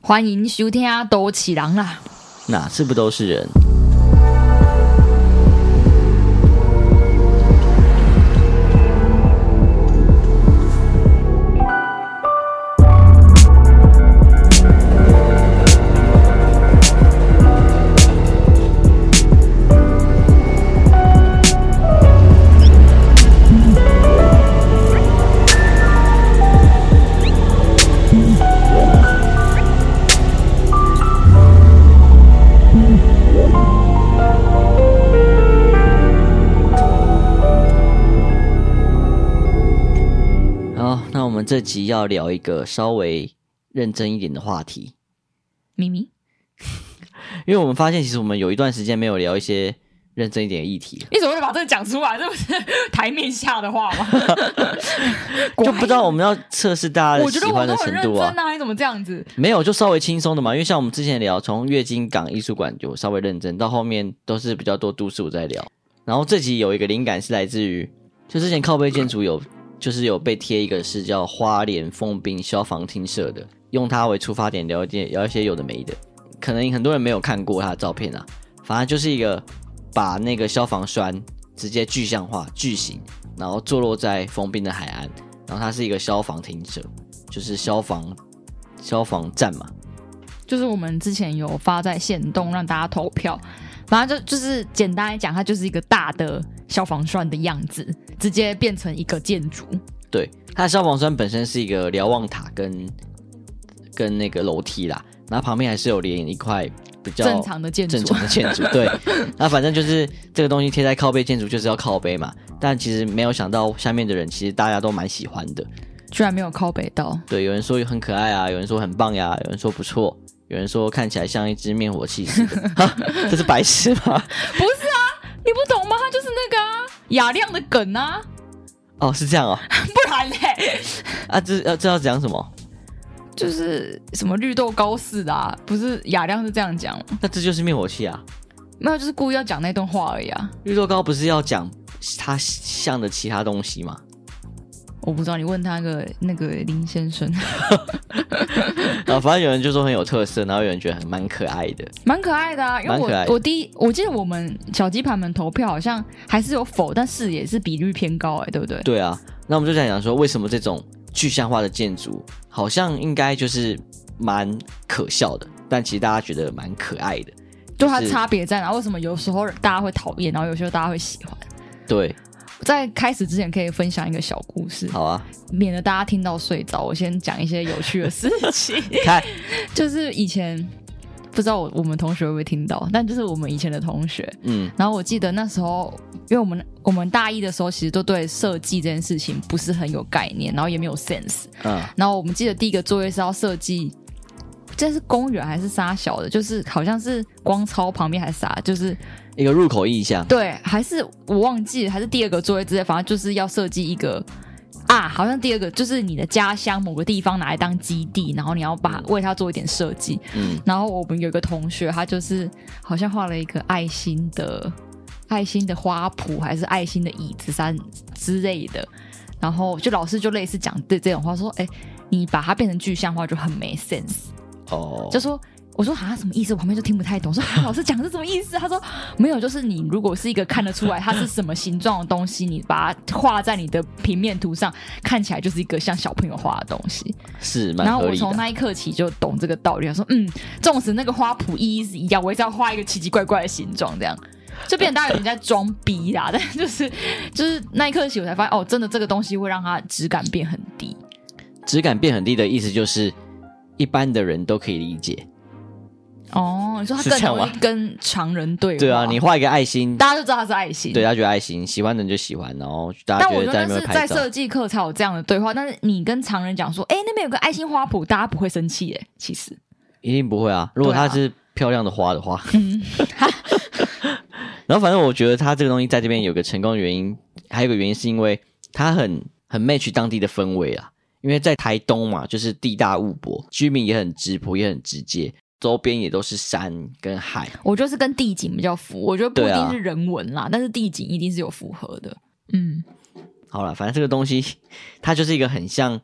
欢迎收听《都起人》啊啦！哪次不都是人？好，哦那我们这集要聊一个稍微认真一点的话题，咪咪，因为我们发现其实我们有一段时间没有聊一些认真一点的议题了，你怎么会把这个讲出来？这不是台面下的话 吗？就不知道我们要测试大家我的觉喜得我欢都的很程认度啊真。啊！你怎么这样子？没有，就稍微轻松的嘛，因为像我们之前聊从月经港艺术馆就稍微认真，到后面都是比较多都市我在聊。然后这集有一个灵感是来自于，就之前靠背建筑有就是有被贴一个是叫花莲丰滨消防厅社的，用它为出发点聊一点聊一些有的没的，可能很多人没有看过它的照片啊，反正就是一个把那个消防栓直接具象化、巨型，然后坐落在丰滨的海岸，然后它是一个消防厅舍，就是消防消防站嘛，就是我们之前有发在线动让大家投票，反正就就是简单来讲，它就是一个大的消防栓的样子，直接变成一个建筑。对，它的消防栓本身是一个瞭望塔跟跟那个楼梯啦，然后旁边还是有连一块比较正常的建筑正常的建筑， 对。那反正就是这个东西贴在靠背建筑就是要靠背嘛，但其实没有想到下面的人其实大家都蛮喜欢的，居然没有靠北到，对，有人说很可爱啊，有人说很棒呀、有人说不错。有人说看起来像一只灭火器 似的，哈，这是白痴吗？不是啊？你不懂吗？它就是那个啊雅亮的梗啊，哦，是这样哦， 不然嘞，啊，这呃这要讲什么？就是什么绿豆糕似的啊，不是雅亮是这样讲吗？那这就是灭火器啊！没有，就是故意要讲那段话而已啊。绿豆糕不是要讲它像的其他东西吗？ 我不知道，你问他那个那个林先生，然后反正有人就说很有特色，然后有人觉得很蛮可爱的。 蛮可爱的啊。因为蛮可爱的我我第一，我记得我们小鸡盘们投票好像还是有否，但是也是比率偏高哎、对不对？对啊，那我们就想讲说，为什么这种具象化的建筑好像应该就是蛮可笑的，但其实大家觉得蛮可爱的。就它是差别在哪？为什么有时候大家会讨厌，然后有时候大家会喜欢？对，在开始之前，可以分享一个小故事，好 啊，免得大家听到睡着。我先讲一些有趣的 事情。看就是以前不知道我我们同学会不会听到，但就是我们以前的同学，嗯，然后我记得那时候，因为我们我们大一的时候，其实都对设计这件事情不是很有概念，然后也没有 sense。嗯然后我们记得第一个作业是要设计，这是公园还是沙小的？就是好像是光超旁边还是啥？就是一个入口意象，对，还是我忘记了，还是第二个作业之类，反正就是要设计一个。啊，好像第二个就是你的家乡某个地方拿来当基地，然后你要把为它做一点设计。嗯，然后我们有一个同学，他就是好像画了一个爱心的爱心的花圃，还是爱心的椅子山之类的。然后就老师就类似讲对这种话，说：“哎，你把它变成具象化就很没 sense。哦，就说。我说啊，什么意思？我旁边就听不太懂。我说 啊，老师讲是什么意思？他说没有，就是你如果是一个看得出来它是什么形状的东西，你把它画在你的平面图上，看起来就是一个像小朋友画的东西。是然蛮后合我理从的。那一刻起就懂这个道理，我说嗯，纵使那个花圃意义是一样，我也是要画一个奇奇怪怪的形状，这样就变得大家有点在装逼啦。 但就是就是那一刻起，我才发现哦，真的这个东西会让它质感变很低。质感变很低的意思就是，一般的人都可以理解。哦，你说它是更这样容易吗跟常人对话，对啊，你画一个爱心，大家就知道它是爱心。对，啊大家觉得爱心，喜欢的人就喜欢，然后大家但觉我得觉在得那那边是拍在照。设计课才有这样的对话，但是你跟常人讲说，哎、那边有个爱心花圃，大家不会生气耶、其实一定不会啊！如果对啊它是漂亮的花的话，然后反正我觉得它这个东西在这边有个成功的原因，还有一个原因是因为它很很 match 当地的氛围啊。因为在台东嘛，就是地大物博，居民也很质朴，也很直接，周边也都是山跟海。我觉得是跟地景比较符，我觉得不对一啊定是人文啦，但是地景一定是有符合的。嗯，好了，反正这个东西它就是一个很像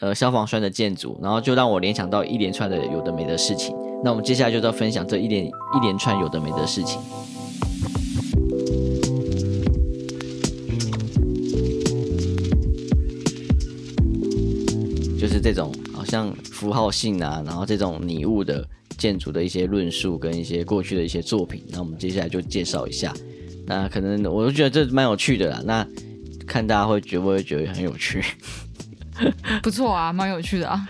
呃消防栓的建筑，然后就让我联想到一连串的有的没的事情。那我们接下来就要分享这一连一连串有的没的事情。就是这种好像符号性啊，然后这种拟物的建筑的一些论述跟一些过去的一些作品，那我们接下来就介绍一下。那可能我就觉得这蛮有趣的啦，那看大家会觉不会觉得很有趣？ 不错啊，蛮有趣的啊。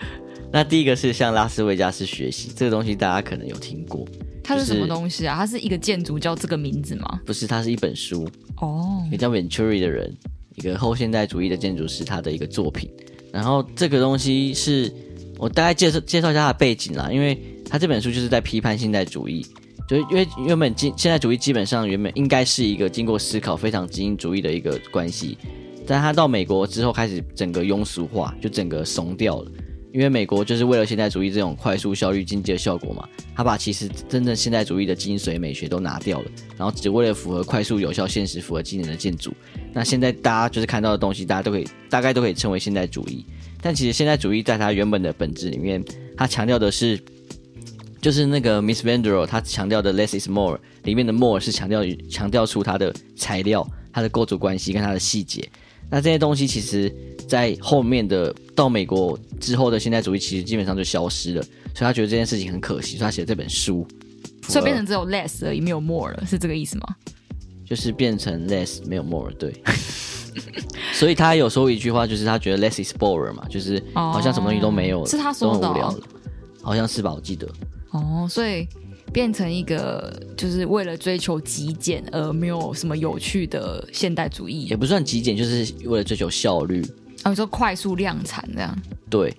那第一个是向拉斯维加斯学习，这个东西大家可能有听过，它是就什是么东西啊？它是一个建筑叫这个名字吗？不是它是一本书，哦，也叫 Venturi 的人，一个后现代主义的建筑师，他的一个作品。然后这个东西是我大概介绍介绍一下他的背景啦，因为他这本书就是在批判现代主义，就是因为原本基现代主义基本上原本应该是一个经过思考非常精英主义的一个关系，但他到美国之后开始整个庸俗化，就整个怂掉了。因为美国就是为了现代主义这种快速、效率、经济的效果嘛，他把其实真正现代主义的精髓美学都拿掉了，然后只为了符合快速、有效、现实、符合机能的建筑。那现在大家就是看到的东西，大家都可以大概都可以称为现代主义。但其实现代主义在它原本的本质里面，它强调的是，就是那个 Miss Vandero 她强调的 less is more 里面的 more 是强调强调出它的材料、它的构筑关系跟它的细节。那这些东西其实，在后面的到美国之后的现代主义，其实基本上就消失了。所以他觉得这件事情很可惜，所以他写了这本书，所以变成只有 less 而已，没有 more 了，是这个意思吗？就是变成 less 没有 more 对。 所以他有说一句话，就是他觉得 less is boring 嘛，就是好像什么东西都没有了，哦是他说的哦都很无聊了，好像是吧？我记得哦，所以变成一个就是为了追求极简而没有什么有趣的现代主义也。不算极简，就是为了追求效率，哦，你说快速量产这样？对。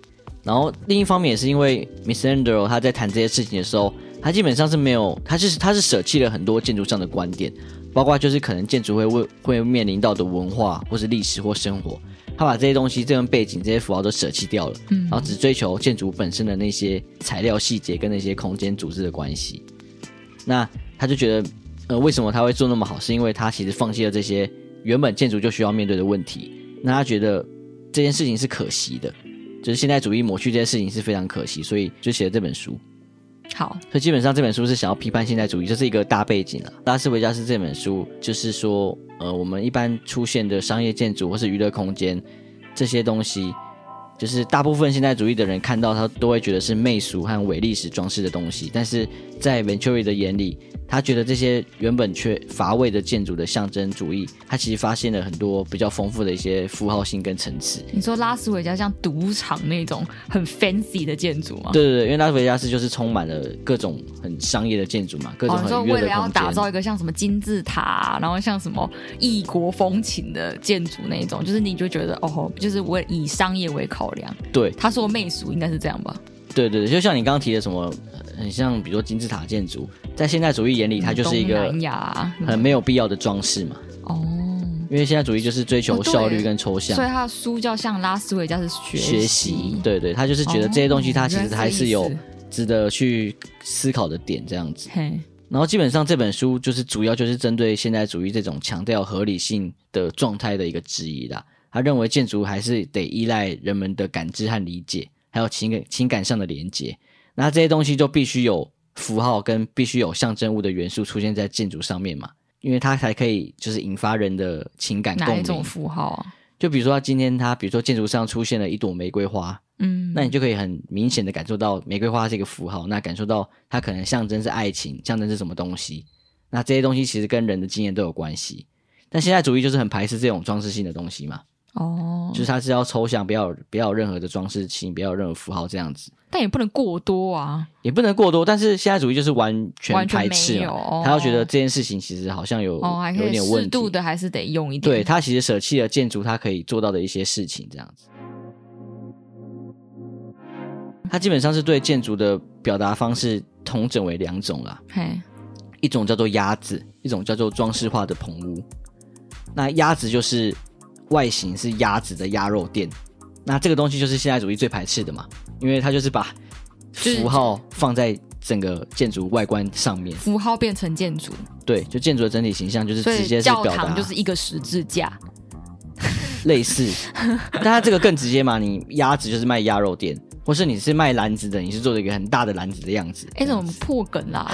然后另一方面也是因为 Miss Andrew 他在谈这些事情的时候，他基本上是没有，他是他是舍弃了很多建筑上的观点，包括就是可能建筑会会会面临到的文化或是历史或生活，他把这些东西、这种背景、这些符号都舍弃掉了，然后只追求建筑本身的那些材料细节跟那些空间组织的关系。那他就觉得，呃，为什么他会做那么好？是因为他其实放弃了这些原本建筑就需要面对的问题。那他觉得这件事情是可惜的，就是现代主义抹去这件事情是非常可惜，所以就写了这本书。好，所以基本上这本书是想要批判现代主义，这是一个大背景啊。拉斯维加斯这本书就是说，呃，我们一般出现的商业建筑或是娱乐空间这些东西，就是大部分现代主义的人看到它都会觉得是媚俗和伪历史装饰的东西，但是在 Venturi 的眼里，他觉得这些原本却乏味的建筑的象征主义，他其实发现了很多比较丰富的一些符号性跟层次。你说拉斯维加像赌场那种很 fancy 的建筑吗？对对对，因为拉斯维加斯就是充满了各种很商业的建筑嘛，各种哦，你很说娱乐为的了要空打间。造一个像什么金字塔、然后像什么异国风情的建筑那一种，就是你就觉得哦吼，就是我以商业为考量。对，他说媚俗应该是这样吧？对对对，就像你刚刚提的什么，呃很像比如说金字塔建筑，在现代主义眼里，它就是一嗯东个南亚啊、很没有必要的装饰嘛。哦，因为现代主义就是追哦求对效率跟抽象、所以他的书叫像拉斯维加斯学学习，对对，他就是觉得这些东西它其实还是哦有原来值得去思考的点这样子。嘿，然后基本上这本书就是主要就是针对现代主义这种强调合理性的状态的一个质疑啦。他认为建筑还是得依赖人们的感知和理解，还有情感情感上的连接。那这些东西就必须有符号跟必须有象征物的元素出现在建筑上面嘛，因为它才可以就是引发人的情感哪共一种鸣。符号啊？就比如说他今天他比如说建筑上出现了一朵玫瑰花，嗯，那你就可以很明显的感受到玫瑰花是一个符号，那感受到它可能象征是爱情，象征是什么东西。那这些东西其实跟人的经验都有关系。但现代主义就是很排斥这种装饰性的东西嘛，哦，就是它是要抽象，不要有不要有任何的装饰性，不要有任何符号这样子，但也不能过多啊，也不能过多。但是现代主义就是完全完全排没斥有。嘛，哦他要觉得这件事情其实好像有、哦，还可有以点问适题，度的，还是得用一点。对他其实舍弃了建筑他可以做到的一些事情，这样子。他基本上是对建筑的表达方式统整为两种啦，嘿，一种叫做鸭子，一种叫做装饰化的棚屋。那鸭子就是外形是鸭子的鸭肉店，那这个东西就是现代主义最排斥的嘛，因为它就是把就是符号放在整个建筑外观上面，符号变成建筑，对，就建筑的整体形象就是所直接以是教表达堂就是一个十字架。类 似，但它这个更直接嘛，你鸭子就是卖鸭肉店，或是你是卖篮子的，你是做了一个很大的篮子的样子。哎，怎么破梗 啦？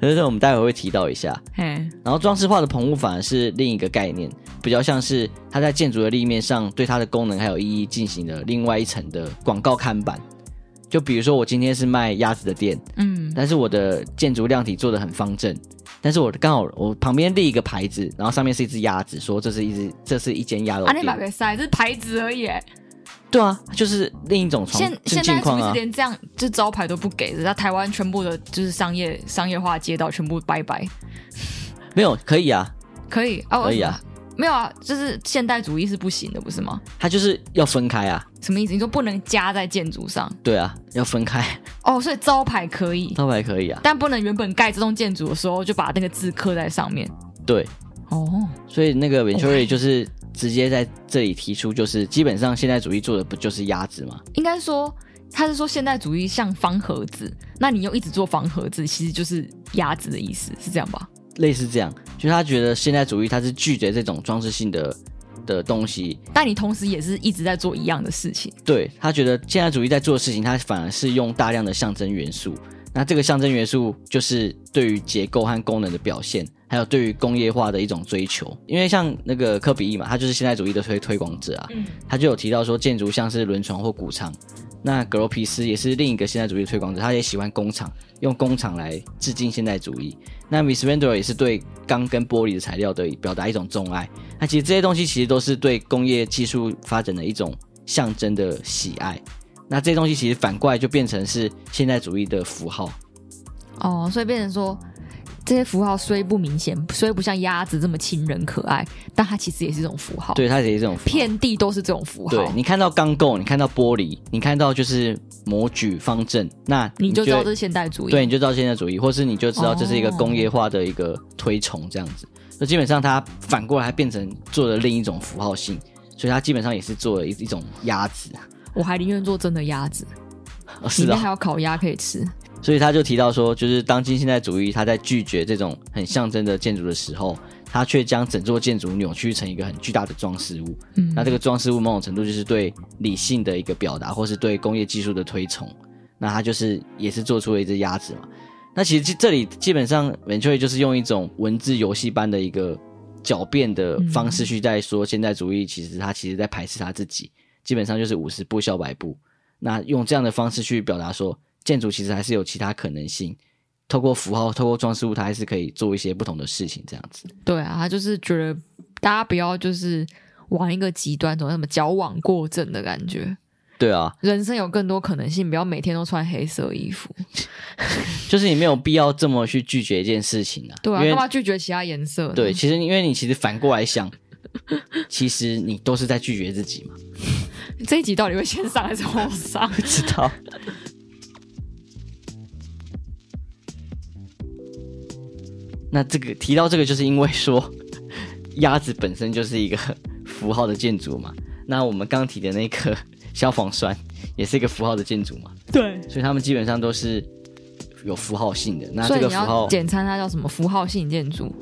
但是我们待会会提到一下。哎，然后装饰化的棚屋反而是另一个概念，比较像是它在建筑的立面上对它的功能还有意义进行了另外一层的广告看板。就比如说我今天是卖鸭子的店，嗯，但是我的建筑量体做的很方正，但是我刚好我旁边立一个牌子，然后上面是一只鸭子，说这是一只这是一间鸭肉啊，那把店。别塞，这是牌子而已欸。对啊，就是另一种从现是现境在是况不是啊。连这样就招牌都不给？人家台湾全部的就是商业商业化街道全部拜拜，没有可以啊，可以啊？可为以啊什么，没有啊，就是现代主义是不行的，不是吗？它就是要分开啊，什么意思？你说不能加在建筑上对啊，要分开， 哦，所以招牌可以，招牌可以啊，但不能原本盖这栋建筑的时候就把那个字刻在上面对，哦。所以那个 Venturi OK 就是直接在这里提出，就是基本上现代主义做的不就是鸭子吗？应该说他是说现代主义像方盒子，那你又一直做方盒子，其实就是鸭子的意思，是这样吧？类似这样，就是他觉得现代主义它是拒绝这种装饰性的的东西，但你同时也是一直在做一样的事情，对他觉得现代主义在做的事情，它反而是用大量的象征元素。那这个象征元素就是对于结构和功能的表现，还有对于工业化的一种追求。因为像那个科比一嘛，他就是现代主义的推推广者啊，嗯，他就有提到说建筑像是轮船或谷仓。那格罗皮斯也是另一个现代主义的推广者，他也喜欢工厂，用工厂来致敬现代主义。那 Miss Vendor 也是对钢跟玻璃的材料的表达一种钟爱。那其实这些东西其实都是对工业技术发展的一种象征的喜爱。那这些东西其实反过来就变成是现代主义的符号。哦，所以变成说。这些符号虽不明显，虽不像鸭子这么亲人可爱，但它其实也是一种符号。，对，它也是这种符号。遍地都是这种符号，对你看到钢构，你看到玻璃，你看到就是模具方正，那你就知会道这是现代主义。对，，你就知道现代主义，或是你就知道这是一个工业化的一个推崇这样子。那、基本上它反过来它变成做了另一种符号性，所以它基本上也是做了一一种鸭子。我还宁愿做真的鸭子，哦里是面啊、还有烤鸭可以吃。所以他就提到说，就是当今现代主义，他在拒绝这种很象征的建筑的时候，他却将整座建筑扭曲成一个很巨大的装饰物。嗯，那这个装饰物某种程度就是对理性的一个表达，或是对工业技术的推崇。那它就是也是做出了一只鸭子嘛。那其实这这里基本上 Venturi 就是用一种文字游戏般的一个狡辩的方式去在说现代主义，其实它其实在排斥它自己，基本上就是五十步笑百步。那用这样的方式去表达说，建筑其实还是有其他可能性，透过符号，透过装饰物，它还是可以做一些不同的事情，这样子。对啊，他就是觉得大家不要就是往一个极端走，什么矫枉过正的感觉。对啊，人生有更多可能性，不要每天都穿黑色衣服。就是你没有必要这么去拒绝一件事情啊。对啊，因干为嘛拒绝其他颜色呢？对，其实因为你其实反过来想， 其实你都是在拒绝 自己嘛。这一集到底会先上还是后上？不知道。 那这个提到这个，就是因为说鸭子本身就是一个符号的建筑嘛。那我们刚提的那个消防栓也是一个符号的建筑嘛，对，所以他们基本上都是有符号性的。那所以这个你符要号简称它叫什么？符号性建筑？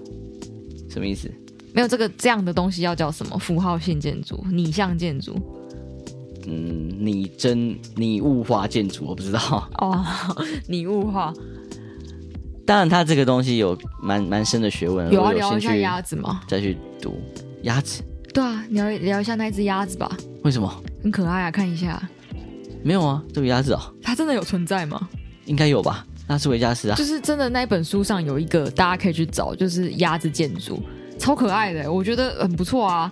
什么意思？没有这个这样的东西要叫什么？符号性建筑、拟像建筑？嗯，拟真拟物化建筑，我不知道。 哦，拟物化。当然，它这个东西有蛮蛮深的学问，有如啊，果聊兴一下趣鸭子吗？再去读鸭子。对啊，聊一聊一下那只鸭子吧，为什么很可爱啊，看一下，没有啊？这个鸭子哦，它真的有存在吗？应该有吧？那是维加斯啊就，是真的那一本书上有一个，大家可以去找，就是鸭子建筑，超可爱的，我觉得很不错啊，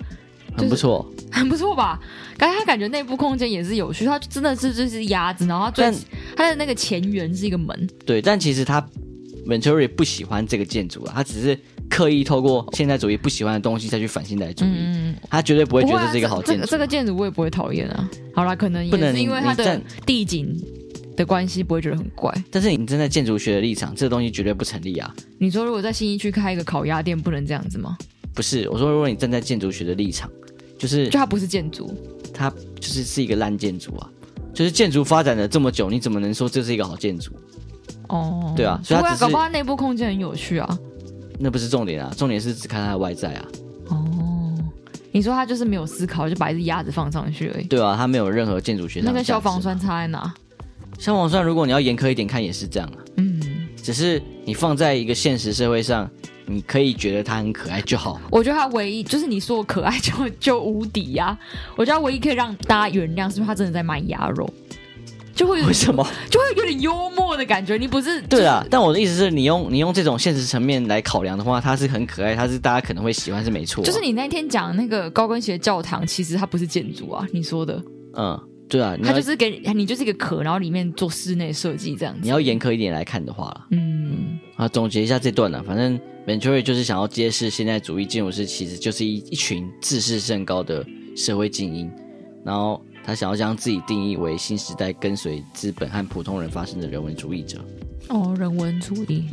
很不错。很 不错吧？感觉他感觉内部空间也是有趣，它真的是就是鸭子，然后它最但它的那个前缘是一个门，对，但其实他 Venturi 不喜欢这个建筑啊，他只是刻意透过现代主义不喜欢的东西再去反现代主义，嗯，他绝对不我会觉得这是一个好这建筑。个这个建筑我也不会讨厌啊。好啦，可能不能也是因为你它的站地景的关系，不会觉得很怪。但是你站在建筑学的立场，这个东西绝对不成立啊！你说如果在新一区开一个烤鸭店，不能这样子吗？不是，我说如果你站在建筑学的立场，就是就它不是建筑，它就是是一个烂建筑啊，就是建筑发展了这么久，你怎么能说这是一个好建筑？哦，对啊所以它不会只是搞不好它内部空间很有趣啊。那不是重点啊，重点是只看它的外在啊。哦，你说他就是没有思考，就把一只鸭子放上去而已。对啊，它没有任何建筑学上那的跟价值啊消防栓差在哪？消防栓，如果你要严苛一点看，也是这样啊。嗯，只是你放在一个现实社会上，你可以觉得它很可爱就好。我觉得他唯一就是你说我可爱就就无敌呀、我觉得他唯一可以让大家原谅，是因为他真的在卖鸭肉，就会有为什么？ 就会有点幽默的感觉。你不是对啊，但我的意思是你用你用这种现实层面来考量的话，它是很可爱，它是大家可能会喜欢是没错啊、就是你那天讲那个高跟鞋教堂，其实它不是建筑啊，你说的，嗯，对啊，你它要就是给你就是一个壳，然后里面做室内设计这样你子。要严苛一点来看的话啦嗯，啊，总结一下这段呢、反正 Venturi 就是想要揭示现代主义建筑师其实就是一一群自视甚高的社会精英，然后他想要将自己定义为新时代跟随资本和普通人发生的人文主义者。哦，人文主义，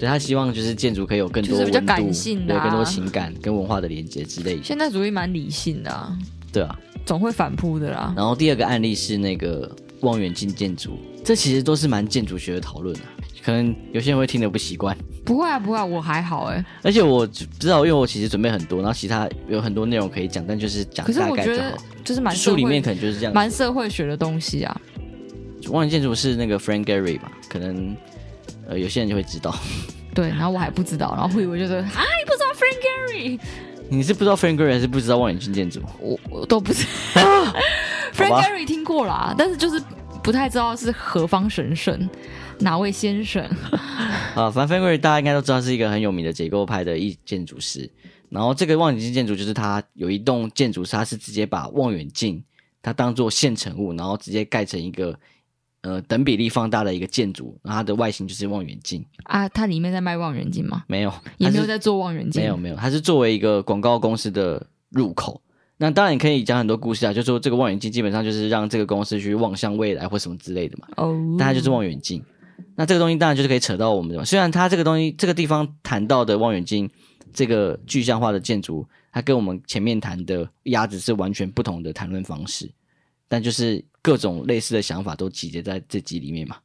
对他希望就是建筑可以有更多就是温比较度，感性的啊对更多情感跟文化的连接之类的，现代主义蛮理性的、啊，对啊。总会反扑的啦。然后第二个案例是那个望远镜建筑，这其实都是蛮建筑学的讨论啊，可能有些人会听得不习惯。不会啊，不会啊，我还好哎、而且我知道，因为我其实准备很多，然后其他有很多内容可以讲，但就是讲可是大我概觉就得好。就是蛮社会书里面可能就是这样。蛮社会学的东西啊。望远建筑是那个 Frank Gehry 吧？可能呃有些人就会知道。对，然后我还不知道，然后会以为就是啊，你不知道 Frank Gehry，你是不知道 Frank Gehry 还是不知道望远镜建筑？ 我我都不知道。Frank 啊 Gehry 听过啦，但是就是不太知道是何方神圣，哪位先生。啊，反正 Frank Gehry 大家应该都知道是一个很有名的结构派的一建筑师。然后这个望远镜建筑就是他有一栋建筑，他是直接把望远镜它当做现成物，然后直接盖成一个呃等比例放大的一个建筑，然后它的外形就是望远镜，啊，它里面在卖望远镜吗？没有，也它没是有在做望远镜，没有没有，它是作为一个广告公司的入口。那当然你可以讲很多故事啊，就说这个望远镜基本上就是让这个公司去望向未来或什么之类的嘛。哦，但它就是望远镜。那这个东西当然就是可以扯到我们的嘛。虽然它这个东西这个地方谈到的望远镜这个具象化的建筑，它跟我们前面谈的鸭子是完全不同的谈论方式，但就是各种类似的想法都集结在这集里面嘛。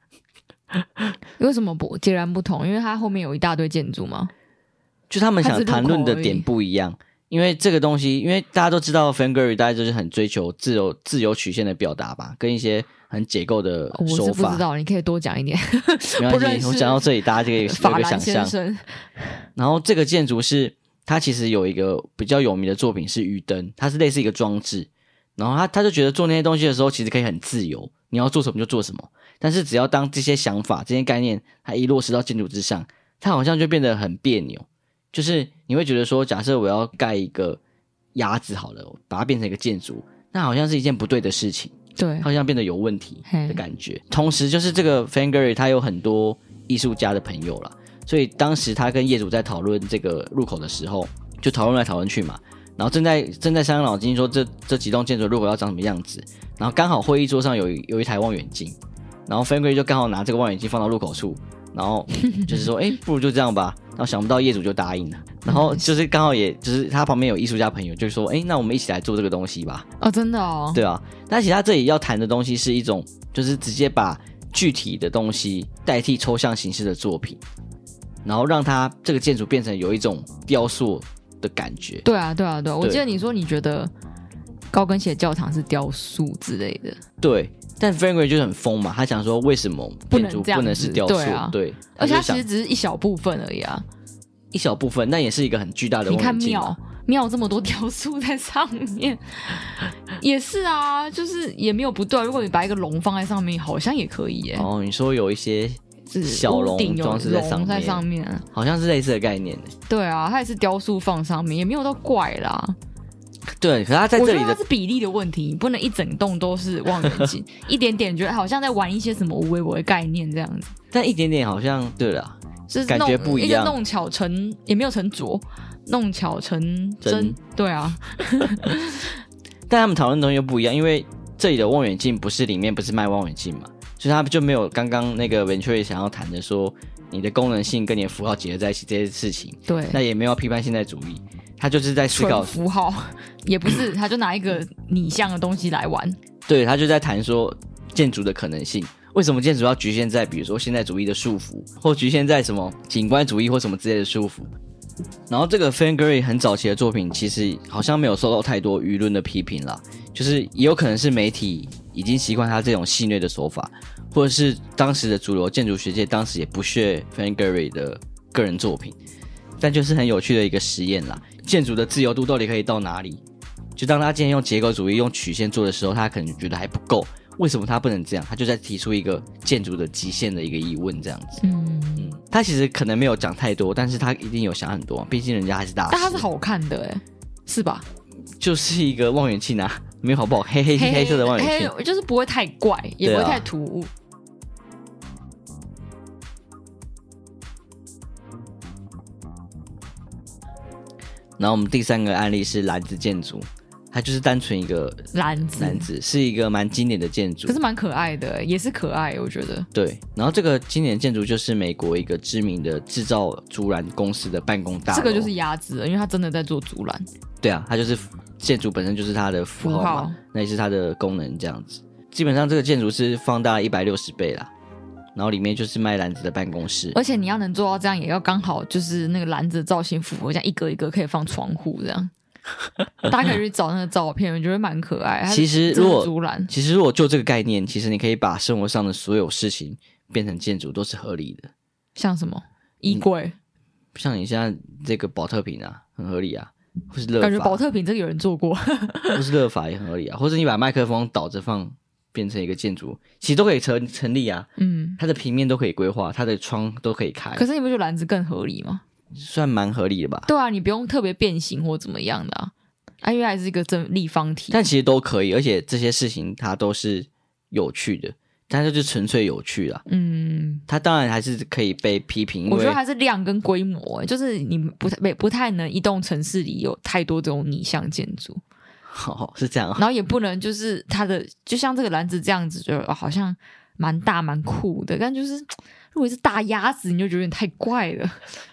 为什么不截然不同？因为它后面有一大堆建筑嘛。就他们它想只是入口谈论的而已点不一样。因为这个东西，因为大家都知道 f a n g r y 大家就是很追求自由、自由曲线的表达吧，跟一些很解构的哦我是手不法知。道，你可以多讲一点。 没不关认系，识我讲到这里，大家就可以有 法一个兰想先象。生，然后这个建筑是它其实有一个比较有名的作品是鱼灯，它是类似一个装置。然后他他就觉得做那些东西的时候，其实可以很自由，你要做什么就做什么。但是只要当这些想法、这些概念，它一落实到建筑之上，它好像就变得很别扭。就是你会觉得说，假设我要盖一个鸭子好了，把它变成一个建筑，那好像是一件不对的事情。 对好像变得有问题嘿的感觉。同时，就是这个 Fangery 他有很多艺术家的朋友啦，所以当时他跟业主在讨论这个入口的时候，就讨论来讨论去嘛。然后正在正在伤脑筋说这这几栋建筑入口要长什么样子，然后刚好会议桌上有一有一台望远镜，然后 Fangery 就刚好拿这个望远镜放到入口处，然后就是说，哎、不如就这样吧。然后想不到业主就答应了，然嗯后就是刚好也就是他旁边有艺术家朋友，就说，哎、那我们一起来做这个东西吧。哦，真的哦，对啊，但其实他这里要谈的东西是一种，就是直接把具体的东西代替抽象形式的作品，然后让它这个建筑变成有一种雕塑的感觉。对啊，对啊，对啊。我对记得你说你觉得高跟鞋教堂是雕塑之类的，对，但 Frank 就是很疯嘛，他想说为什么不能建筑这样不能是子雕塑？对啊对，而且它他就其想实只是一小部分而已啊。一小部分，但也是一个很巨大的你望看远镜庙啊。，庙这么多雕塑在上面，也是啊，就是也没有不对啊。如果你把一个龙放在上面，好像也可以耶。哦，你说有一些是小屋龙顶有装饰在上龙在面上面啊，好像是类似的概念，对啊，它也是雕塑放上面，也没有到怪啦。对。可是他在我这觉里得它的是比例的问题，你不能一整栋都是望远 镜，一点点觉得好像在玩一些什么无为我的概念这样子，但一点点好像对了，就是感弄觉不一样个弄巧成也没有成拙，弄巧成真真，对啊，但他们讨论的东西又不一样，因为这里的望远镜不是里面不是卖望远镜嘛，所以他们就没有刚刚那个 Venturi 想要谈的说你的功能性跟你的符号结合在一起这些事情， 对。那也没有要批判现代主义，他就是在思纯考，符号也不是，他就拿一个拟像的东西来玩，对他就在谈说建筑的可能性。为什么建筑要局限在比如说现代主义的束缚，或局限在什么景观主义或什么之类的束缚？然后这个 Fangery 很早期的作品，其实好像没有受到太多舆论的批评啦，就是也有可能是媒体已经习惯他这种戏虐的手法，或者是当时的主流建筑学界当时也不屑 Fangery 的个人作品，但就是很有趣的一个实验啦。建筑的自由度到底可以到哪里？就当他今天用结构主义、用曲线做的时候，他可能觉得还不够，为什么他不能这样？他就在提出一个建筑的极限的一个疑问，这样子。嗯，嗯，他其实可能没有讲太多，但是他一定有想很多，毕竟人家还是大师。但它是好看的哎、是吧？就是一个望远镜啊，没有好不好？黑黑黑色的望远镜，啊黑就是不会太怪，也不会对啊太突兀。然后我们第三个案例是篮子建筑，它就是单纯一个篮子，篮子，是一个蛮经典的建筑嗯可。是蛮可爱的、欸也是可爱，我觉得。对，然后这个经典建筑就是美国一个知名的制造竹篮公司的办公大楼。这个就是鸭子了，因为它真的在做竹篮，对啊，它就是建筑本身就是它的符号符嘛，号那也是它的功能这样子。基本上这个建筑是放大一百六十倍啦，然后里面就是卖篮子的办公室。而且你要能做到这样，也要刚好就是那个篮子的造型符合，这样一格一格可以放窗户这 样。大家可以去找那个照片，我觉得蛮可爱。它是其实真如的果竹篮，其实如果就这个概念，其实你可以把生活上的所有事情变成建筑都是合理的。像什么衣柜，像你现在这个保特瓶啊，很合理啊，或是感觉乐法保，特瓶这个有人做过，或是乐法也很合理啊，或者你把麦克风倒着放，变成一个建筑，其实都可以成成立啊。嗯。它的平面都可以规划，它的窗都可以开，可是你不觉得篮子更合理吗？算蛮合理的吧？对啊，你不用特别变形或怎么样的啊，啊因为还是一个正立方体。但其实都可以，而且这些事情它都是有趣的，但是就纯粹有趣啦。嗯，它当然还是可以被批评，因我觉为得还是量跟规模、欸就是你不太不不太能一栋城市里有太多这种拟像建筑， 好、是这样啊然。后也不能就是它的就像这个篮子这样子，就、哦好像蛮大蛮酷的，但就是如果是大鸭子，你就觉得有点太怪了。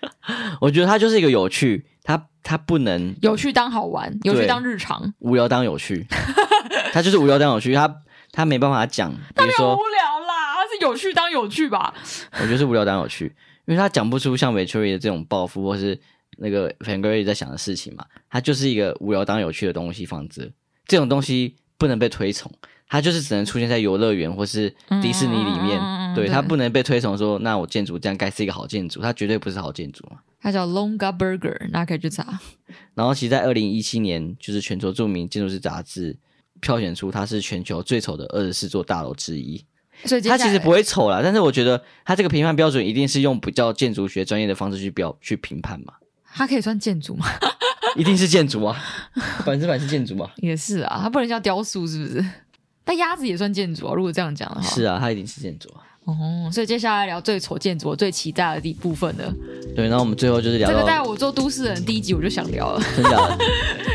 我觉得它就是一个有趣，它它不能有趣当好玩，有趣对当日常，无聊当有趣，它就是无聊当有趣，它它没办法讲， 比如无说聊啦，它是有趣当有趣吧？我觉得是无聊当有趣，因为它讲不出像 v i c t o r i 的这种抱负或是那个 f a n g r y 在想的事情嘛，它就是一个无聊当有趣的东西放置，这种东西不能被推崇。它就是只能出现在游乐园或是迪士尼里嗯面，嗯嗯嗯对对它不能被推崇说，那我建筑这样该是一个好建筑，它绝对不是好建筑嘛。它叫 Longa Burger，大家可以去查。然后其实，在二零一七年，就是全球著名建筑师杂志票选出它是全球最丑的二十四座大楼之一。所以接下它来其实不会丑啦，但是我觉得它这个评判标准一定是用比较建筑学专业的方式去标去评判嘛，它可以算建筑吗？一定是建筑啊，百分之百是建筑嘛。 也是啊，它不能叫雕塑是不是？ 但鸭子也算建筑啊，如果这样讲的话。是啊，它一定是建筑啊。哦，所以接下来聊最丑建筑，我最期待的地部分了。对，然后我们最后就是聊这个到在我做都市人第一集我就想聊了， 真假的，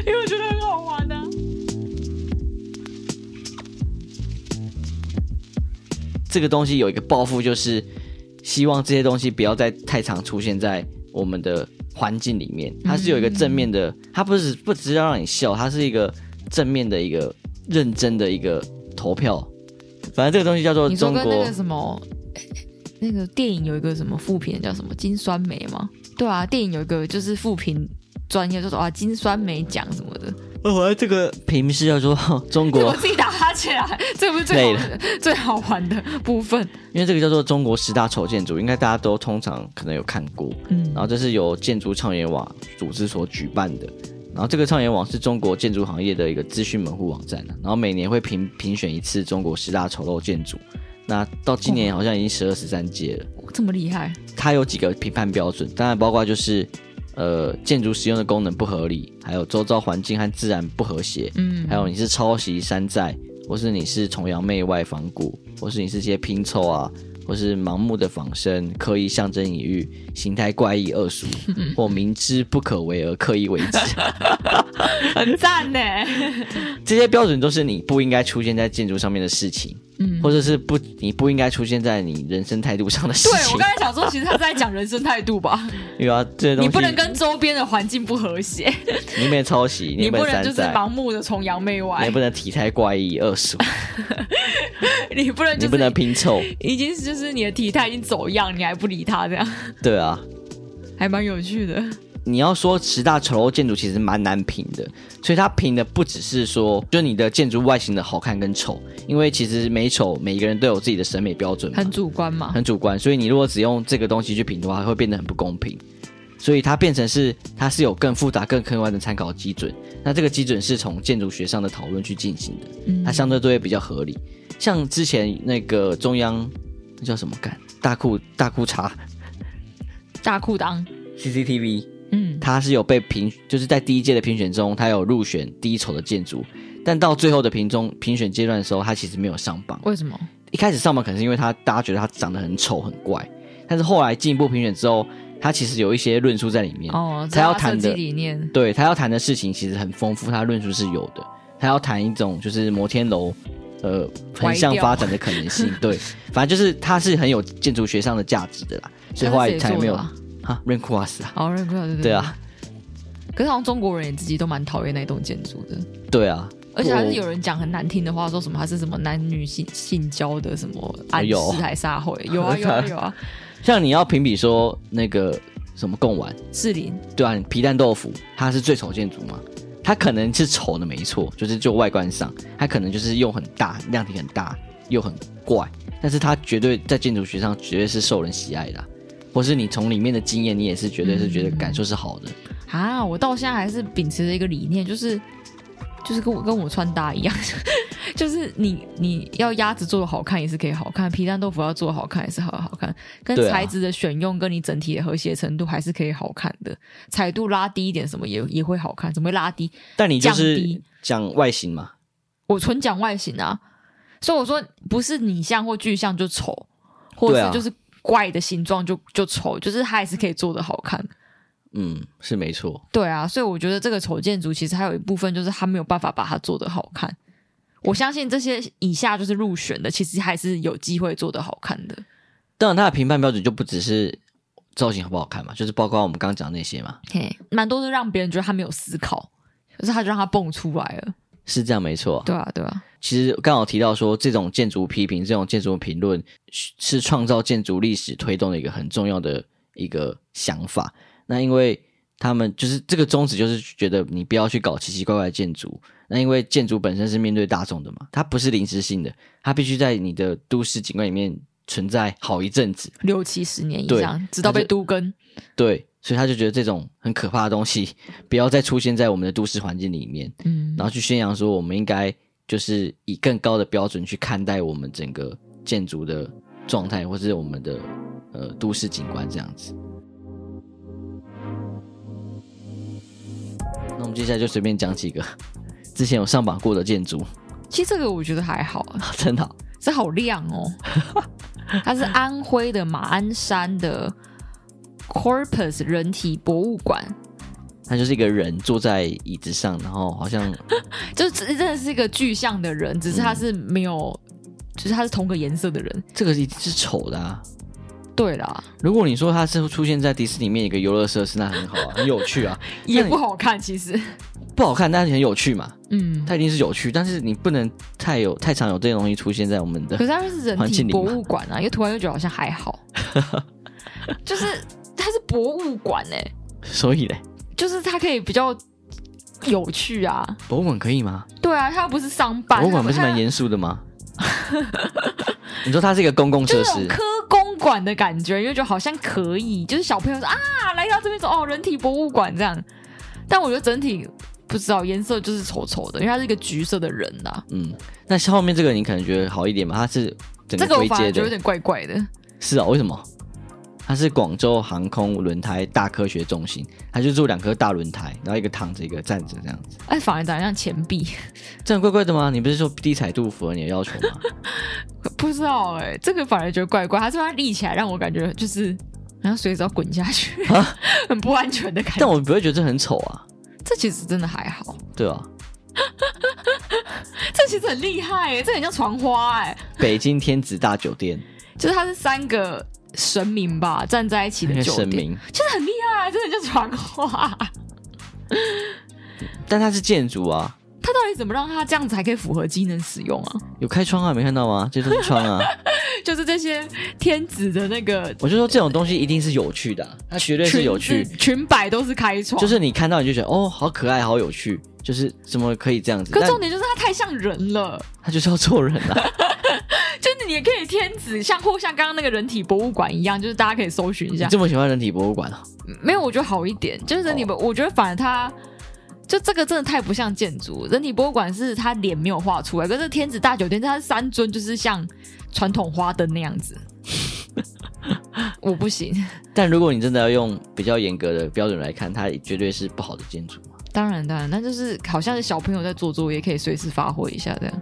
因为我觉得很好玩啊。这个东西有一个抱负，就是希望这些东西不要再太常出现在我们的环境里面。它是有一个正面嗯的，它不是不只是要让你笑，它是一个正面的一个认真的一个投票。反正这个东西叫做你说中跟那国个什么，那个电影有一个什么副评叫什么金酸梅吗？对啊，电影有一个就是副评专业，就说啊金酸梅奖什么的。哦，我这个评是叫做中 我国，自己打哈欠啊， 这不是最好玩的 最好玩的部分。因为这个叫做中国十大丑建筑，应该大家都通常可能有看过。嗯然后这是由建筑创业网组织所举办的。然后这个创业网是中国建筑行业的一个资讯门户网站、啊、然后每年会评评选一次中国十大丑陋建筑。那到今年好像已经十二十三届了。这么厉害，它有几个评判标准，当然包括就是呃建筑使用的功能不合理，还有周遭环境和自然不和谐，嗯还有你是抄袭山寨，或是你是崇洋媚外仿古，啊或是你是一些拼凑啊，或是盲目的仿生、刻意象征隐喻、形态怪异 恶俗，或明知不可为而刻意为之， 很赞呢。这些标准都是你不应该出现在建筑上面的事情，嗯或者是不你不应该出现在你人生态度上的事对情我刚，才想说，其实他是在讲人生态度吧， 因为啊这些东西你不能跟周边的环境不和谐，你没有抄袭，你你也不不能能就山是寨。盲目的崇洋媚你外也，不能体态怪异、恶 俗，你不能你就不能是拼凑，已经就是你的体态已经走样，你还不理他这样，对啊。还蛮有趣的。你要说十大丑陋建筑其实蛮难评的，所以它评的不只是说就你的建筑外形的好看跟丑，因为其实美丑每个人都有自己的审美标准嘛，很主观嘛。很主观，所以你如果只用这个东西去评的话，会变得很不公平。所以它变成是它是有更复杂、更客观的参考基准。那这个基准是从建筑学上的讨论去进行的，它相对都会比较合理。像之前那个中央那叫什么干大裤大裤衩大裤裆， CCTV，嗯，它是有被评，就是在第一届的评选中，它有入选第一丑的建筑，但到最后的评中评选阶段的时候，它其实没有上榜。为什么？一开始上榜可能是因为他大家觉得他长得很丑很怪，但是后来进一步评选之后，他其实有一些论述在里面。哦，他要谈设计的，理念，对他要谈的事情其实很丰富，他论述是有的。他要谈一种就是摩天楼，呃，横向歪掉发展的可能 性。对，反正就是他是很有建筑学上的价值的啦，所以后他来是谁才做没有的啊哈认库瓦斯啊，哦，认不到，对对对。啊，可是好像中国人也自己都蛮讨厌那栋建筑的，对啊，而且还是我有人讲很难听的话，说什么他是什么男女性性交的什么暗示有还撒谎，有啊有啊有啊，像你要评比说那个什么贡丸，士林对啊，皮蛋豆腐它是最丑建筑嘛，它可能是丑的没错，就是就外观上，它可能就是又很大，量体很大又很怪，但是它绝对在建筑学上绝对是受人喜爱的啊、或是你从里面的经验，你也是绝对是觉嗯得感受是好的。啊，我到现在还是秉持着一个理念，就是就是跟我跟我穿搭一样， 就是你你要鸭子做的好看也是可以好看，皮蛋豆腐要做的好看也是好好看，跟对啊材质的选用跟你整体的和谐程度还是可以好看的，彩度拉低一点什么也也会好看，怎么会拉低？但你就降是低讲外形嘛，我纯讲外形啊，所以我说不是你像或具象就丑，或对者啊是就是怪的形状就就丑，就是它还是可以做的好看。嗯，是没错。对啊，所以我觉得这个丑建筑其实还有一部分就是他没有办法把它做得好看。我相信这些以下就是入选的，其实还是有机会做得好看的。当然，它的评判标准就不只是造型好不好看嘛，就是包括我们刚刚讲的那些嘛，嘿，蛮多是让别人觉得他没有思考，可是他就让他蹦出来了。是这样没错啊、对啊，对啊，其实刚好提到说，这种建筑批评、这种建筑评论是是创造建筑历史推动的一个很重要的一个想法。那因为他们就是这个宗旨，就是觉得你不要去搞奇奇怪怪的建筑。那因为建筑本身是面对大众的嘛，它不是临时性的，它必须在你的都市景观里面存在好一阵子。六七十年以对上，直到他被就都根。对，所以他就觉得这种很可怕的东西 不要再出现在我们的都市环境里面。嗯然后去宣扬说，我们应该就是以更高的标准去看待我们整个建筑的状态，或是我们的呃都市景观这样子。那我们接下来就随便讲几个之前有上榜过的建筑， 其实这个我觉得还好啊，真的好这好亮哦。它是安徽的马鞍山的 Corpus 人体博物馆，它就是一个人坐在椅子上，然后好像就是真的是一个具象的人，只是嗯他是没有，就是他是同个颜色的人。这个椅子是丑的、啊。对啦，如果你说它是出现在迪士尼里面一个游乐设施，那很好啊，很有趣啊，也那你不好看，其实。不好看，但是很有趣嘛。嗯，它一定是有趣，但是你不能太有太常有这些东西出现在我们可的。是它是人环体境里嘛博物馆啊，又突然又觉得好像还好，就是它是博物馆哎、所以嘞，就是它可以比较有趣啊。博物馆可以吗？对啊，它又不是商办，啊博物馆它不是蛮它严肃 的吗？你说它是一个公共就设是那种施，科公馆的感觉，因为觉得好像可以，就是小朋友说啊，来到这边说哦，人体博物馆这样。但我觉得整体不知道颜色就是丑丑的，因为它是一个橘色的人呐、嗯，那后面这个你可能觉得好一点嘛？它是整这个个我归反而阶觉得有的，点怪怪的。是啊、为什么？它是广州航空轮胎大科学中心，它就做两颗大轮胎，然后一个躺着，一个站着，这样子，哎，反而长得像钱币， 这这样怪怪的吗？你不是说低彩度符合你的要求 吗？不知道哎、这个反而觉得怪怪。它是把它立起来，让我感觉就是好像随时要滚下去，啊 很不安全的感但觉。我不会觉得这很丑啊，这其实真的还好，对啊，这其实很厉害哎、这很像船花哎、北京天子大酒店，就是它是三个神明吧站在一起那的个酒神店，明，就是很厉害，啊真的就传话。但它是建筑啊，他到底怎么让他这样子还可以符合机能使用啊？ 有开窗啊，没看到吗？这都是窗啊，就是这些天子的那个我就说这种东西一定是有趣的啊、它绝对裙是有趣子，裙摆都是开窗，就是你看到你就觉得哦，好可爱，好有趣，就是怎么可以这样子？可但重点就是它太像人了，他就是要做人 啊，就是你也可以天子像或像刚刚那个人体博物馆一样，就是大家可以搜寻一你下。这么喜欢人体博物馆啊？没有，我觉得好一点，就是人体哦博，我觉得反而它就这个真的太不像建筑。人体博物馆是它脸没有画出来，可是天子大酒店它三尊就是像传统花灯那样 子。我不行，但如果你真的要用比较严格的标准来看，它绝对是不好的建筑嘛。当然当然，那就是好像是小朋友在做作业，可以随时发挥一下这样。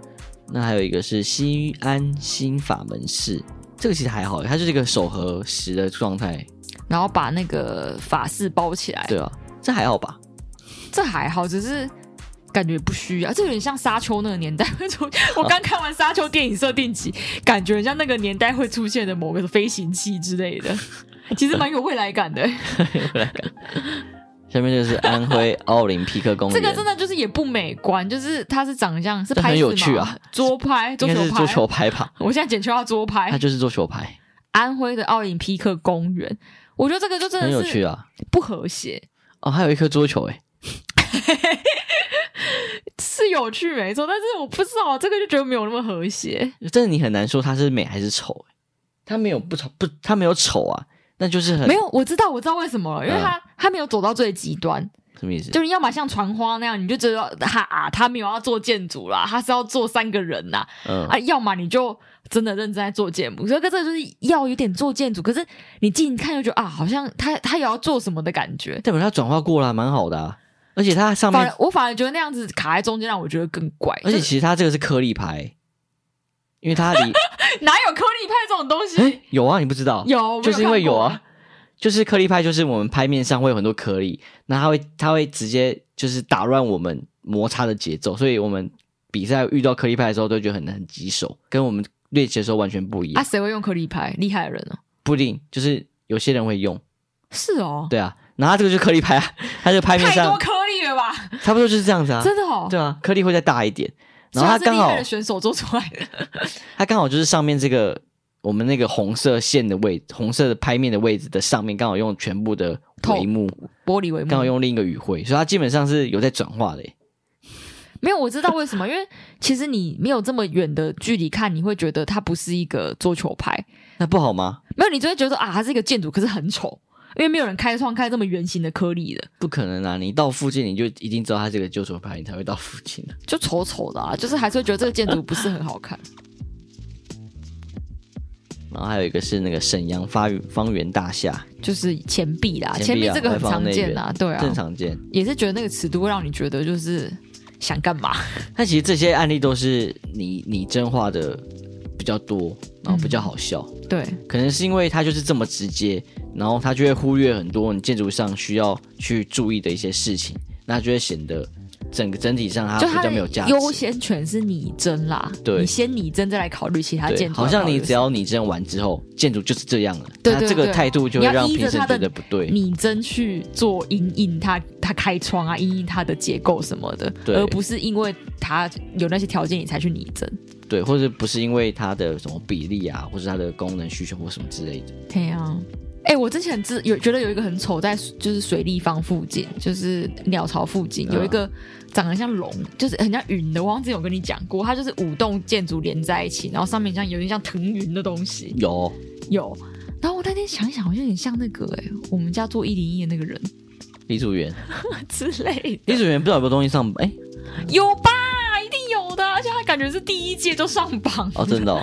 那还有一个是西安新法门寺，这个其实还好，它就是一个手合十的状态，然后把那个法式包起来，对啊，这还好吧？这还好，只是感觉不需要。这有点像沙丘那个年代会出， 我啊刚看完沙丘电影设定集，感觉很像那个年代会出现的某个飞行器之类 的，其实蛮有未来感的。下面这个是安徽奥林匹克公这园，个真的就是也不美观，就是它是长相是这拍很子有吗趣啊，桌拍桌应该球是拍，做球啊拍吧？我现在简称它桌它拍。就是做球拍，安徽的奥林匹克公园，我觉得这个就真很有的趣是啊。不和谐，哦，还有一颗桌球哎、是有趣没错，但是我不知道这个就觉得没有那么和谐。但是你很难说它是美还是丑、欸，它没有不丑不，它没有丑啊，那就是很没有，我知道，我知道为什么了，因为嗯他、他没有走到最极端，什么意思？就是要么像传花那样，你就知道他啊，他没有要做建筑啦，他是要做三个人呐嗯，啊，要么你就真的认真在做建筑，所以这个就是要有点做建筑，可是你近看又觉得啊，好像他他也要做什么的感觉。代表它转化过了、蛮好的啊。而且它上反面而，我反而觉得那样子卡在中间，让我觉得更怪。 而就且是其实它这个是颗粒牌，因为它离 哪有颗粒派这种东西？哎、有啊，你不知道，有，我没就是因为看过有啊，，就是颗粒拍，就是我们拍面上会有很多颗粒，那它会它会直接就是打乱我们摩擦的节奏，所以我们比赛遇到颗粒拍的时候都觉得很很棘手，跟我们练习的时候完全不一啊，样。谁会用颗粒派？厉害的人哦，不一定，就是有些人会用，是哦，对啊，然后它这个就是颗粒拍啊， 它就拍面太多上颗粒了吧？差不多就是这样子啊，真的哦，对啊，颗粒会再大一点，然后所以它是刚厉害好的选手做出来的。它刚好就是上面这个我们那个红色线的位，红色的拍面的位置的上面，刚好用全部的透帷幕， 玻璃帷幕，刚好用另一个语汇，所以它基本上是有在转化的耶。没有，我知道为什么，因为其实你没有这么远的距离看，你会觉得它不是一个桌球拍，那不好吗？没有，你就会觉得啊，它是一个建筑，可是很丑，因为没有人开创开这么圆形的颗粒的，不可能啊！你到附近你就一定知道它这个旧手牌，你才会到附近的、就丑丑的啊，就是还是会觉得这个建筑不是很好看。 然后还有一个是那个沈阳发方圆大厦，就是钱币啦，钱钱币币啊这个很常见啊，对正啊，常见。也是觉得那个尺度会让你觉得就是想干嘛，但其实这些案例都是你你真话的比较多，然后比较好笑。对，可能是因为它就是这么直接，然后它就会忽略很多你建筑上需要去注意的一些事情，那就会显得整个整体上它就啊比它较的没有价值。优先权是拟真啦，对你先拟真再来考虑其他对，建筑，好像你只要要你这样完之后，建筑就是这样了。对那对这个对态度就你会要让依评着审它觉的得不对。拟真去做因应它它开窗啊，因应它的结构什么的，对而不是因为它有那些条件你才去拟真。对，或者不是因为它的什么比例啊，或者它的功能需求或什么之类的。对啊。哎、我之前知有觉得有一个很丑，在就是水立方附近，就是鸟巢附近嗯有一个长得像龙，就是很像云的。我忘记有跟你讲过，它就是五栋建筑连在一起，然后上面像有点像腾云的东西有，有。然后我那天想一想，好像有点像那个哎、我们家做一零一的那个人 李主员，之类的李，主员不知道有没有东西上？哎、有吧？一定有的，而啊且他感觉是第一届就上榜哦，真的、哦，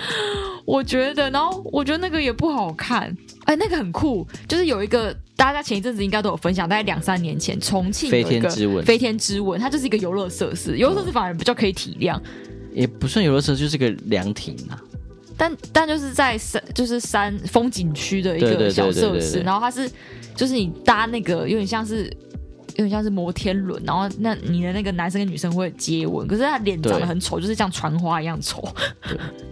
我觉得，然后我觉得那个也不好看，哎，那个很酷，就是有一个大家前一阵子应该都有分享，大概两三年前重庆有一个飞天之吻嗯飞天之吻，它就是一个游乐设施，游乐设施反而比较可以体谅，也不算游乐设施，就是个凉亭 啊。但但就是在山就是山风景区的一对对个对小设对对施，对然后它是就是你搭那个有点像是有点像是摩天轮，然后那你的那个男生跟女生会接吻，可是他脸长对得很丑，就是像传花一样丑。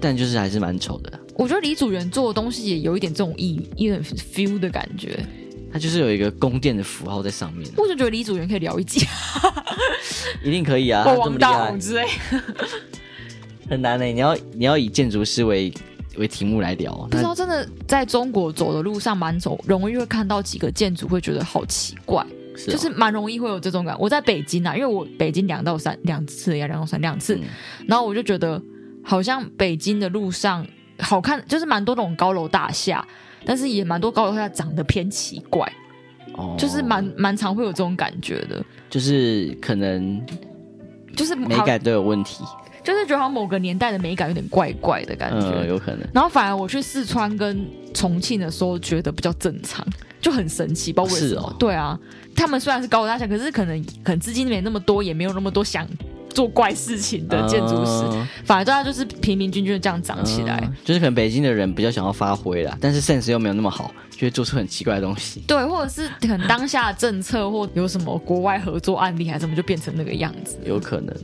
但就是还是蛮丑的啊。我觉得李主任做的东西也有一点这种意，有点 feel 的感觉。它就是有一个宫殿的符号在上面啊、我就觉得李主任可以聊一集，一定可 以啊！或它这么王厉大害红，之类。欸很难呢、你要你要以建筑师为为题目来聊。啊不知那道真的在中国走的路上，蛮走容易会看到几个建筑，会觉得好奇怪，是哦就是啊蛮容易会有这种感。我在北京啊，因为我北京两到三两次呀，两到三两次，嗯然后我就觉得好像北京的路上好看，就是蛮多那种高楼大厦，但是也蛮多高楼大厦长得偏奇怪，哦就是蛮蛮常会有这种感觉的，就是可能就是美好，感都有问题，就是觉得好像某个年代的美感有点怪怪的感觉。嗯，有可能。然后反而我去四川跟重庆的时候，觉得比较正常，就很神奇，不知道为什么。是哦对啊，他们虽然是高楼大厦，可是可能可能资金没那么多，也没有那么多想做怪事情的建筑师，嗯反而大家就是平平均均的这样长起来。嗯就是可能北京的人比较想要发挥啦，但是 sense 又没有那么好，就会做出很奇怪的东西。对，或者是可能当下的政策或有什么国外合作案例还是什么，就变成那个样子。有可能，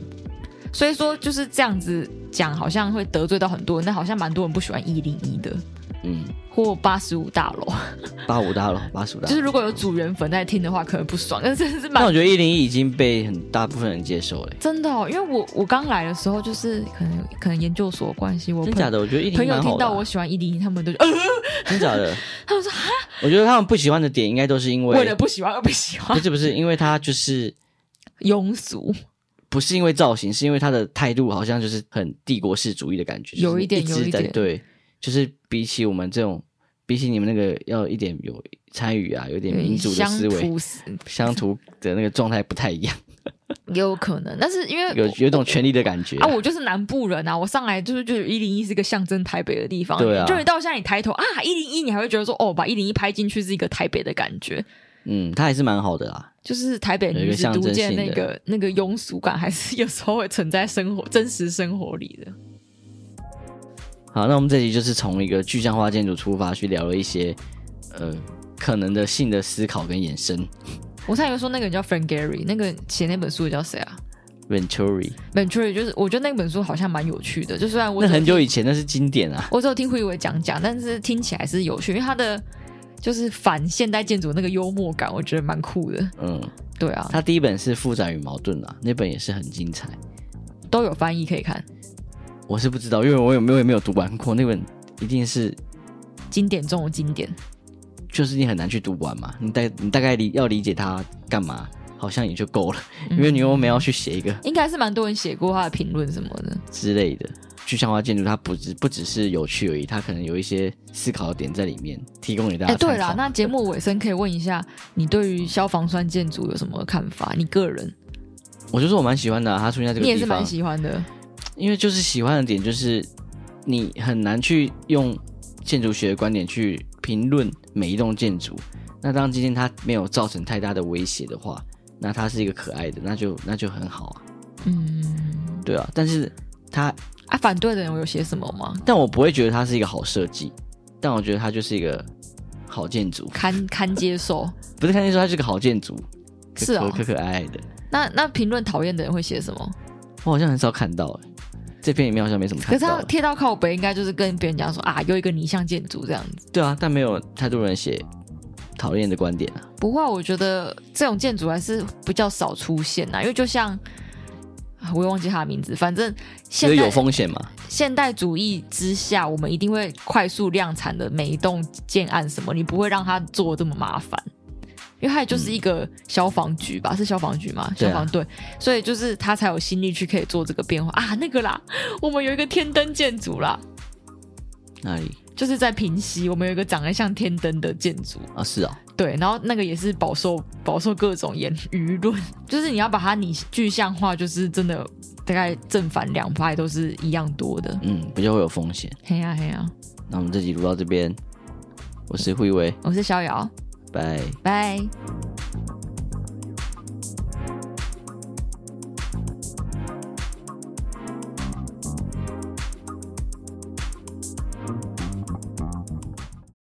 所以说就是这样子讲，好像会得罪到很多人，但好像蛮多人不喜欢一零一的嗯，或八十五大楼。啊八五大楼，八十五大就是楼。如果有组员粉在听的话，可能不爽，但是真的是但我蛮觉得一零一已经被很大部分人接受了、欸真的、哦，因为我我刚来的时候，就是可能可能研究所的关系，我真朋假的？我觉得一零朋一友蛮听好的到啊、我喜欢一零一，他们都觉得呃， 真假的？他们说我觉得他们不喜欢的点应该都是因为为了不喜欢而不喜不 欢，是不是，因为他就是庸俗，不是因为造型，是因为他的态度好像就是很帝国式主义的感觉，有就是一点直有一在点对，就是比起我们这种，比起你们那个要一点有参与啊，有点民主的乡思维，土思乡土的那个状态不 太一样，也有可能，但是因为有我有一种权力的感觉啊，我就是南部人啊，我上来就是就是一零一是个象征台北的地方，对啊就是到现在你抬头啊，一零一你还会觉得说哦，把一零一拍进去是一个台北的感觉，嗯，他还是蛮好的啦，就是台北有一女个子象独征见性那的个那个庸俗感，还是有时候会存在生活真实生活里的。好，那我们这集就是从一个具象化建筑出发去聊了一些呃可能的性的思考跟衍生我差点说那个人叫 Frank Gary，那个写那本书的叫谁啊 Venturi， ？Venturi，就是我觉得那本书好像蛮有趣的，就虽然我那只很久以前那是经典啊，我只有听胡一伟讲讲，但是听起来是有趣，因为他的就是反现代建筑那个幽默感，我觉得蛮酷的。嗯，对啊，他第一本是《复杂与矛盾》啊，那本也是很精彩。都有翻译可以看，我是不知道，因为我有没有也没有读完过那本，一定是经典中的经典。就是你很难去读完嘛。你大你大概理要理解它干嘛，好像也就够了，嗯因为你又没有要去写一个应该是蛮多人写过他的评论什么的。之类的。具象化建筑它不只不只是有趣而已，它可能有一些思考的点在里面，提供给大哎、家啊参考。对啦，那节目尾声可以问一下，你对于消防栓建筑有什么看法？你个人，我就说我蛮喜欢的啊、它出现在这个你也地是方蛮，喜欢的。因为就是喜欢的点就是你很难去用建筑学的观点去评论每一栋建筑。那当今天它没有造成太大的威胁的话，那它是一个可爱的，那就那就很好啊。嗯，对啊，但是它，啊，反对的人有写什么吗？但我不会觉得它是一个好设计，但我觉得它就是一个好建筑，堪堪接受。不是看见说它是个好建筑，可是哦可可可爱爱的。那那评论讨厌的人会写什么？我好像很少看到、欸，这篇里面好像没什么可看是他到欸、贴到靠北，应该就是跟别人讲说啊，有一个泥像建筑这样子。对啊，但没有太多人写讨厌的观点啊。不过我觉得这种建筑还是比较少出现呐，因为就像啊我也忘记他的名字，反正觉现得有代风险嘛？现代主义之下，我们一定会快速量产的每一栋建案什么，你不会让它做这么麻烦。因为它也就是一个消防局吧，是消防局嘛，嗯对消啊防队，所以就是他才有心力去可以做这个变化啊。那个啦，我们有一个天灯建筑啦，那里就是在平西，我们有一个长得像天灯的建筑，啊，是啊、对，然后那个也是饱受饱受各种言舆论，就是你要把它拟具象化，就是真的大概正反两派都是一样多的。嗯，比较会有风险。嘿呀嘿呀，那我们这集录到这边，我是慧威，我是逍遥，拜。拜。